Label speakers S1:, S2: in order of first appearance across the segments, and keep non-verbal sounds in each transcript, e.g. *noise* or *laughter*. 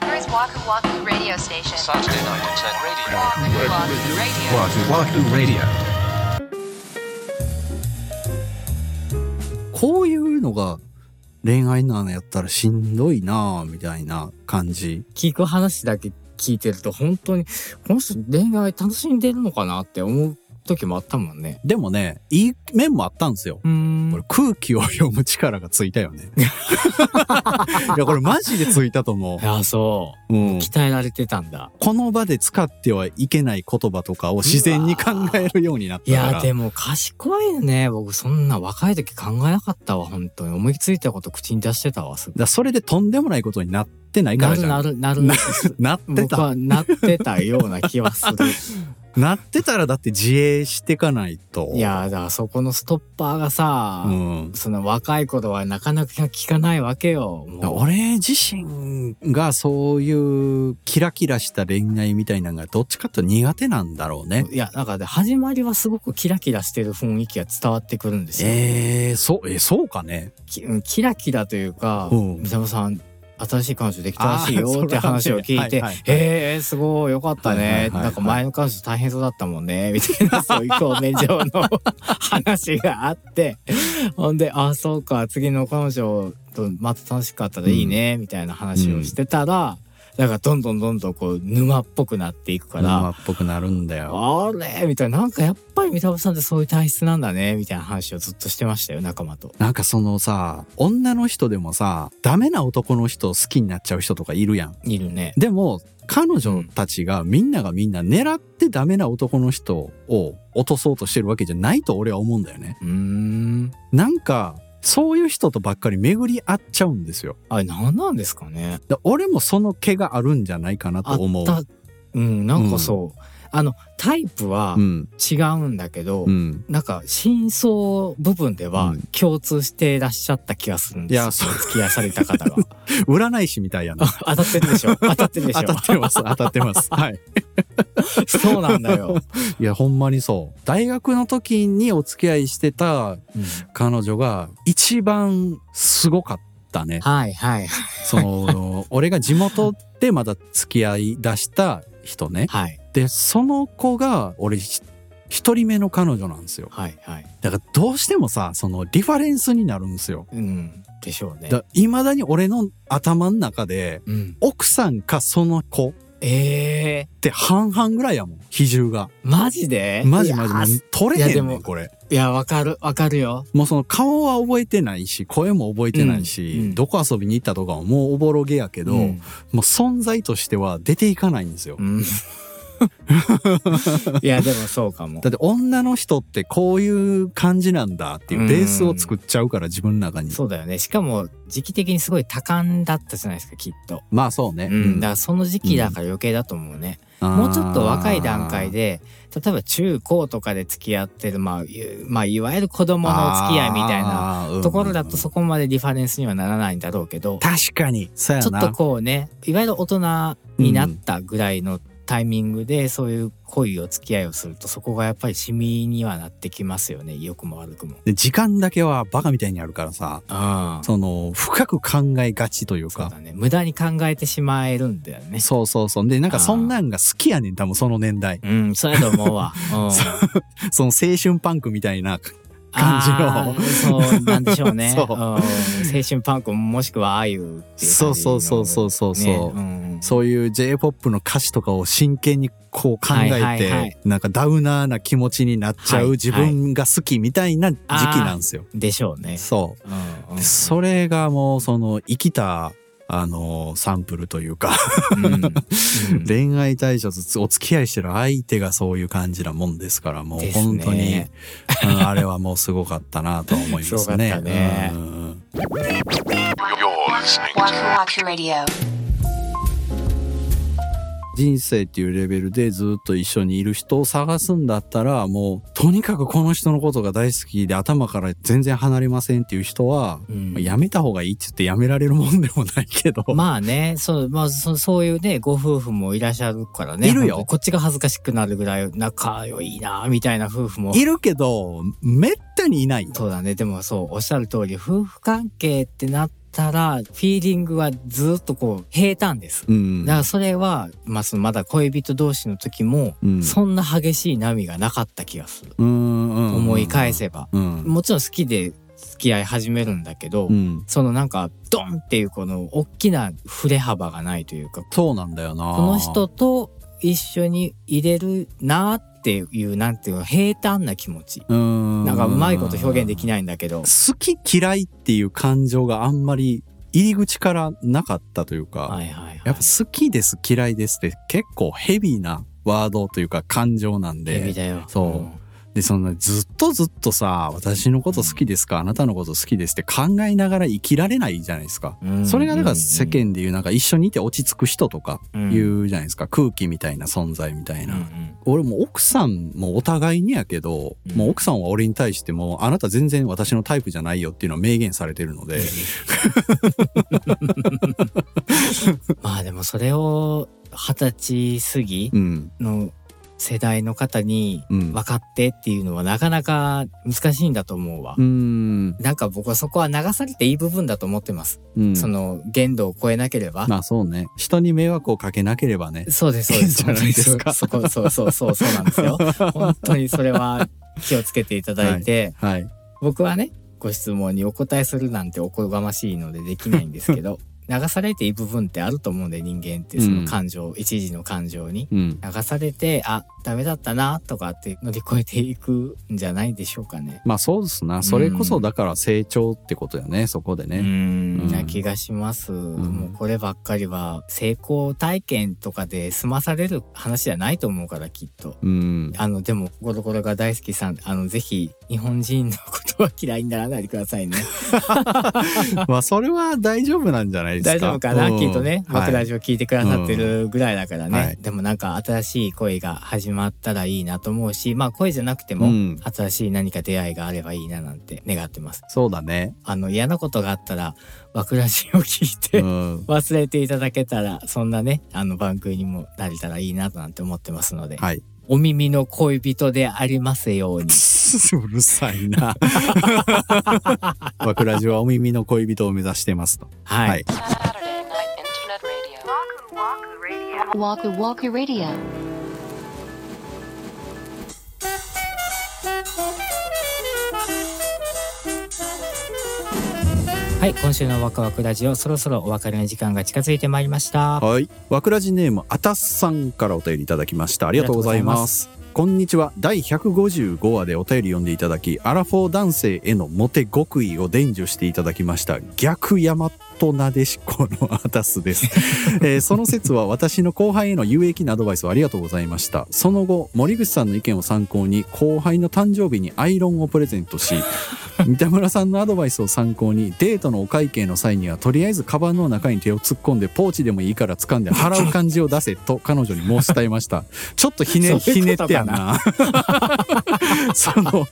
S1: Waku Waku Radio Station.
S2: Saturday night at 10 radio.
S1: Waku
S3: Wahoo
S1: Waku Radio.
S3: Wahoo Radio.
S4: こういうのが恋愛なのやったらしんどいなぁみたいな感じ。
S5: 聞く話だけ聞いてると本当にこの人恋愛楽しんでるのかなって思う時もあったもんね。
S4: でもね、いい面もあったんですよ。
S5: うーん
S4: これ空気を読む力がついたよ
S5: *laughs*
S4: ね。いや、これマジでついたと思。
S5: いやそう
S4: うん
S5: う。鍛えられてたんだ。
S4: この場で使ってはいけない言葉とかを自然に考えるようになっ
S5: い
S4: たから。
S5: やでも賢いね僕そんな若い時考えなかったわ本当に思いついたこと口に出してたわす
S4: だからそれでとんでもないことになってないか
S5: な
S4: らじ
S5: る
S4: ゃん。
S5: なるなるなる *laughs*
S4: なって
S5: 僕
S4: た。
S5: はなってたような気はす *laughs* る
S4: なってたらだって自衛してかないと。
S5: い。やだからそこのストッパーがさ、
S4: うん。
S5: その若い頃はなかなか聞かないわけよもう
S4: 俺自身がそういうキラキラした恋愛みたいなのがどっちかというと苦手なんだろうね。
S5: いや、なんかね、始まりはすごくキラキラしてる雰囲気が伝わってくるんですよ。
S4: えー、そう、え、そうかね。
S5: きうんキラキラというか、
S4: うん
S5: 三沢さん、新しい彼女できたらしいよ
S4: あー
S5: って話を聞
S4: それはねは
S5: いて、
S4: いはいはい
S5: えー、すごい、よかったね、
S4: はいはいはいはい
S5: なんか前の彼女大変そうだったもんね、みたいな、そういう表面上の話があって、 *laughs* ほんで、あー、そうか、次の彼女とまた楽しかったらいいね、みたいな話をしてたら、なんかどんどんどんどんこう、沼っぽくなっていくから、
S4: 生っぽくなるんだよ。
S5: あれみたいな、なんかやっぱり三田さんってそういう体質なんだね、みたいな話をずっとしてましたよ、仲間と。
S4: なんかそのさ、女の人でもさ、ダメな男の人を好きになっちゃう人とかいるやん。
S5: いるね。
S4: でも、彼女たちがみんながみんな狙ってダメな男の人を落とそうとしてるわけじゃないと俺は思うんだよね。
S5: うーん。
S4: なんか、そういう人とばっかり巡り合っちゃうんですよ。
S5: あれ、何なんですかね。
S4: だ俺もその毛があるんじゃないかなと
S5: あっ
S4: 思う。
S5: た、うん、なんかそう。あの、タイプは
S4: うん。
S5: 違うんだけど、
S4: うん。
S5: なんか真相部分で
S4: う
S5: は
S4: ん
S5: 共通していらっしゃった気がするんですよ。
S4: いやそう
S5: 付き合わされた方が。
S4: 占い師みたいやな。
S5: *laughs* 当たってるでしょ当たってるでし
S4: 当たってます。当たって
S5: *laughs*
S4: ます。はい。
S5: ょそうなんだよ。
S4: いや、ほんまにそう。大学の時にお付き合いしてた
S5: うん
S4: 彼女が一番すごかったね。
S5: はいはい
S4: そ
S5: *laughs*
S4: の、俺が地元でまだ付き合い出した人ね。
S5: はい
S4: で、その子が俺ひ一人目の彼女なんですよ。
S5: はいはい。
S4: だからどうしてもさ、そのリファレンスになるんですよ。
S5: うん。でしょうね。
S4: だ未だに俺の頭の中で、
S5: うん。
S4: 奥さんかその子っ
S5: ええー。
S4: て半々ぐらいやもん、比重が。
S5: マジで
S4: マジ
S5: いや
S4: マジ、もう
S5: す
S4: 取れ
S5: いや
S4: へ
S5: で
S4: んねん、
S5: も
S4: これ。
S5: いや、わかる、わかるよ。
S4: もうその顔は覚えてないし、声も覚えてないし、
S5: うんうん
S4: どこ遊びに行ったとかももうおぼろげやけど、
S5: う
S4: も
S5: ん
S4: う存在としては出ていかないんですよ。
S5: うん。 *laughs* いや、でもそうかも
S4: だ。って女の人ってこういう感じなんだっていうベースを作っちゃうから自分の中に。
S5: そうだよね。しかも、時期的にすごい多感だったじゃないですか、きっと。
S4: まあそうね。
S5: うん。だから、その時期だから余計だと思うね。もうちょっと若い段階で、例えば中高とかで付き合ってる、まあ、ゆまあ、いわゆる子供のお付き合いみたいな
S4: な
S5: ところだとそこまでリファレンスにはならないんだろうけど、
S4: 確かに。そうや
S5: ちょっと
S4: な。
S5: こうねいわゆる大人になったぐらいのタイミングでそういう恋を付き合いをするとそこがやっぱりシミにはなってきますよね良くも悪くも。
S4: で時間だけはバカみたいにあるからさ、
S5: あ
S4: その深く考えがちという
S5: そう
S4: か。
S5: だね無駄に考えてしまえるんだよね。
S4: そうそうそう。で、なんかそんなんが好きやねん、多分その年代。
S5: うんそうやと思
S4: *laughs*
S5: うわ。うん、
S4: その青春パンクみたいな。感じの
S5: あーそうなんで
S4: *laughs*
S5: しょうね
S4: そう
S5: うん青春パンクもしくはああいうっていう
S4: そうそうそうそうそうそう
S5: ねうん
S4: そういう J-POP の歌詞とかを真剣にこう考えて、
S5: はいはいはい
S4: なんかダウナーな気持ちになっちゃ
S5: はいうはい
S4: 自分が好きみたいな時期なんですよ。
S5: でしょうね。
S4: そう。
S5: うんうん
S4: でそれがもうその生きたあのサンプルというか
S5: うんうん
S4: *laughs* 恋愛対象とお付き合いしてる相手がそういう感じなもんですからもう
S5: です
S4: 本
S5: ね
S4: 当に、
S5: *laughs*
S4: うんあれはもうすごかったなとは思いますね。
S5: すごかったね
S4: うん、
S2: You're listening
S1: Waku Waku
S2: to
S1: Radio.
S4: 人生っていうレベルでずっと一緒にいる人を探すんだったらもうとにかくこの人のことが大好きで頭から全然離れませんっていう人は、
S5: うん
S4: やめた方がいいって言ってやめられるもんでもないけど。
S5: まあね、そう、まあそ、そういうね、ご夫婦もいらっしゃるからね。
S4: いるよ
S5: 本当にこっちが恥ずかしくなるぐらい仲良いな、みたいな夫婦も。
S4: *laughs* いるけど、めったにいないよ。
S5: そうだね。でもそう、おっしゃる通り、夫婦関係ってなったら、フィーリングはずっとこう、平坦です。
S4: うん
S5: だからそれは、まあ、そのまだ恋人同士の時も、
S4: うん
S5: そんな激しい波がなかった気がする。
S4: うんうん
S5: 思い返せば。
S4: うん
S5: もちろん好きで付き合い始めるんだけど、
S4: うん
S5: そのなんかドンっていうこの大きな振れ幅がないというか
S4: そうなんだよな
S5: この人と一緒に入れるなっていうなんていうの平坦な気持ち
S4: うん
S5: なんかうまいこと表現でき
S4: ない
S5: ないんだけど
S4: 好き嫌いっていう感情があんまり入り口からなかったというか、
S5: はいはいはい
S4: やっぱ好きです嫌いですって結構ヘビーなワードというか感情なん
S5: ヘビ
S4: で
S5: だよ
S4: そうでそんなずっとずっとさ私のこと好きですかあなたのこと好きですって考えながら生きられないじゃないですか。
S5: うん
S4: それがだから世間でいうなんか一緒にいて落ち着く人とか
S5: うん
S4: いうじゃないですか空気みたいな存在みたい
S5: うん
S4: な、
S5: うん
S4: 俺も奥さんもお互いにやけど、
S5: うん
S4: もう奥さんは俺に対してもあなた全然私のタイプじゃないよっていうのは明言されてるので
S5: まあでもそれを二十歳過ぎ
S4: うん
S5: の世代の方に
S4: うん
S5: 分かってっていうのはなかなか難しいんだと思うわ
S4: う。ん
S5: なんか僕はそこは流されていい部分だと思ってます。
S4: うん
S5: その限度を超えなければ。
S4: まあそうね人に迷惑をかけなければね
S5: そうです、そうです。
S4: いいんじゃないですか
S5: 本当にそうそうそうそう、そうなんですよ。
S4: *laughs*
S5: 本当にそれは気をつけていただいて、
S4: はい
S5: 僕はね、ご質問にお答えするなんておこがましいのでできないんです
S4: *laughs*
S5: けど、流されていい部分ってあると思うんで、人間ってその感情、一時の感情に。
S4: うん
S5: 流されて、あ、ダメだったな、とかって乗り越えていくんじゃないでしょうかね。
S4: まあそうですなそれこそだから成長ってことだよねそこで
S5: う
S4: ね
S5: ん
S4: うん
S5: な気がします、
S4: ん
S5: もうこればっかりは成功体験とかで済まされる話じゃないと思うからきっと。 *laughs*
S4: うん
S5: あのでもゴロゴロが大好きさんあのぜひ日本人のことは嫌いにならないでくださいね。
S4: まあそれは大丈夫なんじゃないですか
S5: 大丈夫かな
S4: うん
S5: きっとね僕ラジオ聞いてくださってるぐらいだからね、
S4: はい
S5: でもなんか新しい恋が始まったらいいなと思うしまあ恋じゃなくて
S4: う
S5: も
S4: ん
S5: 新しい何か出会いがあればいいななんて願ってます。
S4: そうだね
S5: あの嫌なことがあったら僕ラジオ聞いて、
S4: うん
S5: 忘れていただけたらそんなねあの番組にもなれたらいいなとなんて思ってますので、
S4: はい
S5: お耳の恋人でありますように
S4: うるさいな *laughs* 僕ラジオはお耳の恋人を目指してますと
S5: はい、
S4: はい
S1: Saturday Night Internet Radio. Waku Waku Radio. Waku Waku Radio.
S5: はい今週のワクワクラジオそろそろお別れの時間が近づいてまいりました *laughs*
S4: はい。わくらじネーム、あたすさんからお便りいただきました。ありがとうございます。こんにちは。第155話でお便り読んでいただき、アラフォー男性へのモテ極意を伝授していただきました。逆ヤマトなでしこのあたす *laughs* です。えーその説は私の後輩への有益なアドバイスをありがとうございました。その後、森口さんの意見を参考に、後輩の誕生日にアイロンをプレゼントし、 *laughs* 三田村さんのアドバイスを参考にデートのお会計の際にはとりあえずカバンの中に手を突っ込んでポーチでもいいから掴んで払う感じを出せと彼女に申
S5: *laughs*
S4: し伝えましたちょっとひね
S5: そう
S4: ひ
S5: い
S4: ね
S5: う
S4: っ
S5: こと
S4: てや
S5: か
S4: な *laughs*
S5: な
S4: その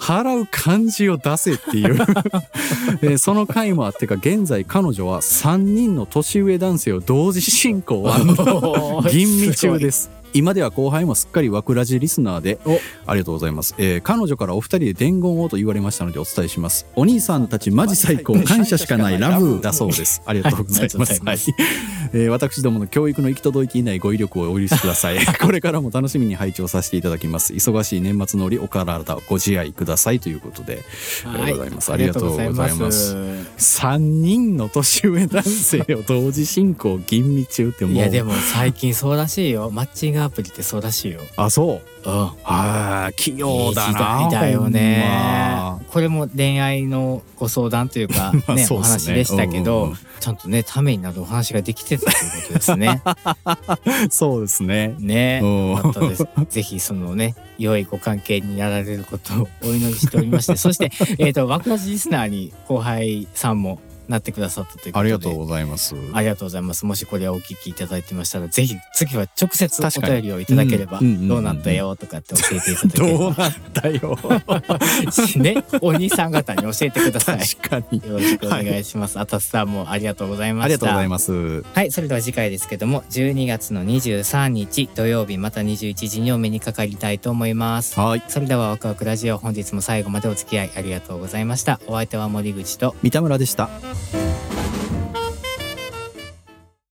S4: 払う感じを出せっていう *laughs* えーその回もあってか現在彼女は3人の年上男性を同時進行を *laughs* *laughs* 吟味中ですす今では後輩もすっかりわくらじリスナーで
S5: お
S4: ありがとうございます、えー彼女からお二人で伝言をと言われましたのでお伝えしますお兄さんたちマジ最高感謝しかないラブだそう
S5: *laughs*
S4: ですありがとうございます,、
S5: はいありがとうございます
S4: はいえー私どもの教育の行き届いていないご威力をお許しくださ
S5: *laughs*
S4: いこれからも楽しみに拝聴させていただきます忙しい年末の折お体をご自愛くださいということでありがとうございますありがとうございます
S5: ありがとうございま
S4: 3人の年上男性を同時進行吟味中ってもう
S5: いやでも最近そうらしいよマッチングアプリってそうらしいよ
S4: あそう
S5: うん
S4: ああ器用だない
S5: い時代だよね
S4: ほんま
S5: これも恋愛のご相談とい
S4: *laughs*
S5: うか、ね
S4: まあそう
S5: お
S4: っすね
S5: 話でしたけ
S4: う
S5: ど、
S4: んうんうん
S5: ちゃんとねためになるお話ができてたということで
S4: *laughs*
S5: すね
S4: そうですね。
S5: ね
S4: うん
S5: よかったですぜひそのね良いご関係になられることをお祈りしており
S4: *laughs*
S5: ましてそしてえっ、と枠出しリスナーに後輩さんもなってくださったということ
S4: *laughs*
S5: で
S4: ありがとうございます。
S5: ありがとうございますもしこれをお聞きいただいてましたらぜひ次は直接お便りをいただければ
S4: 確かにうんうんうんうん
S5: どうなったよとかって教えていただけ
S4: *laughs*
S5: れば
S4: どうなったよ。
S5: ね、お兄さん方に教えてください。
S4: *laughs* 確かに。
S5: よろしくお願いします。あたすさんもありがとうございました。
S4: ありがとうございます。
S5: はい、それでは次回ですけども、12月の23日土曜日また21時にお目にかかりたいと思います。
S4: はい。
S5: それではワクワクラジオ本日も最後までお付き合いありがとうございました。お相手は森口と
S4: 三田村でした。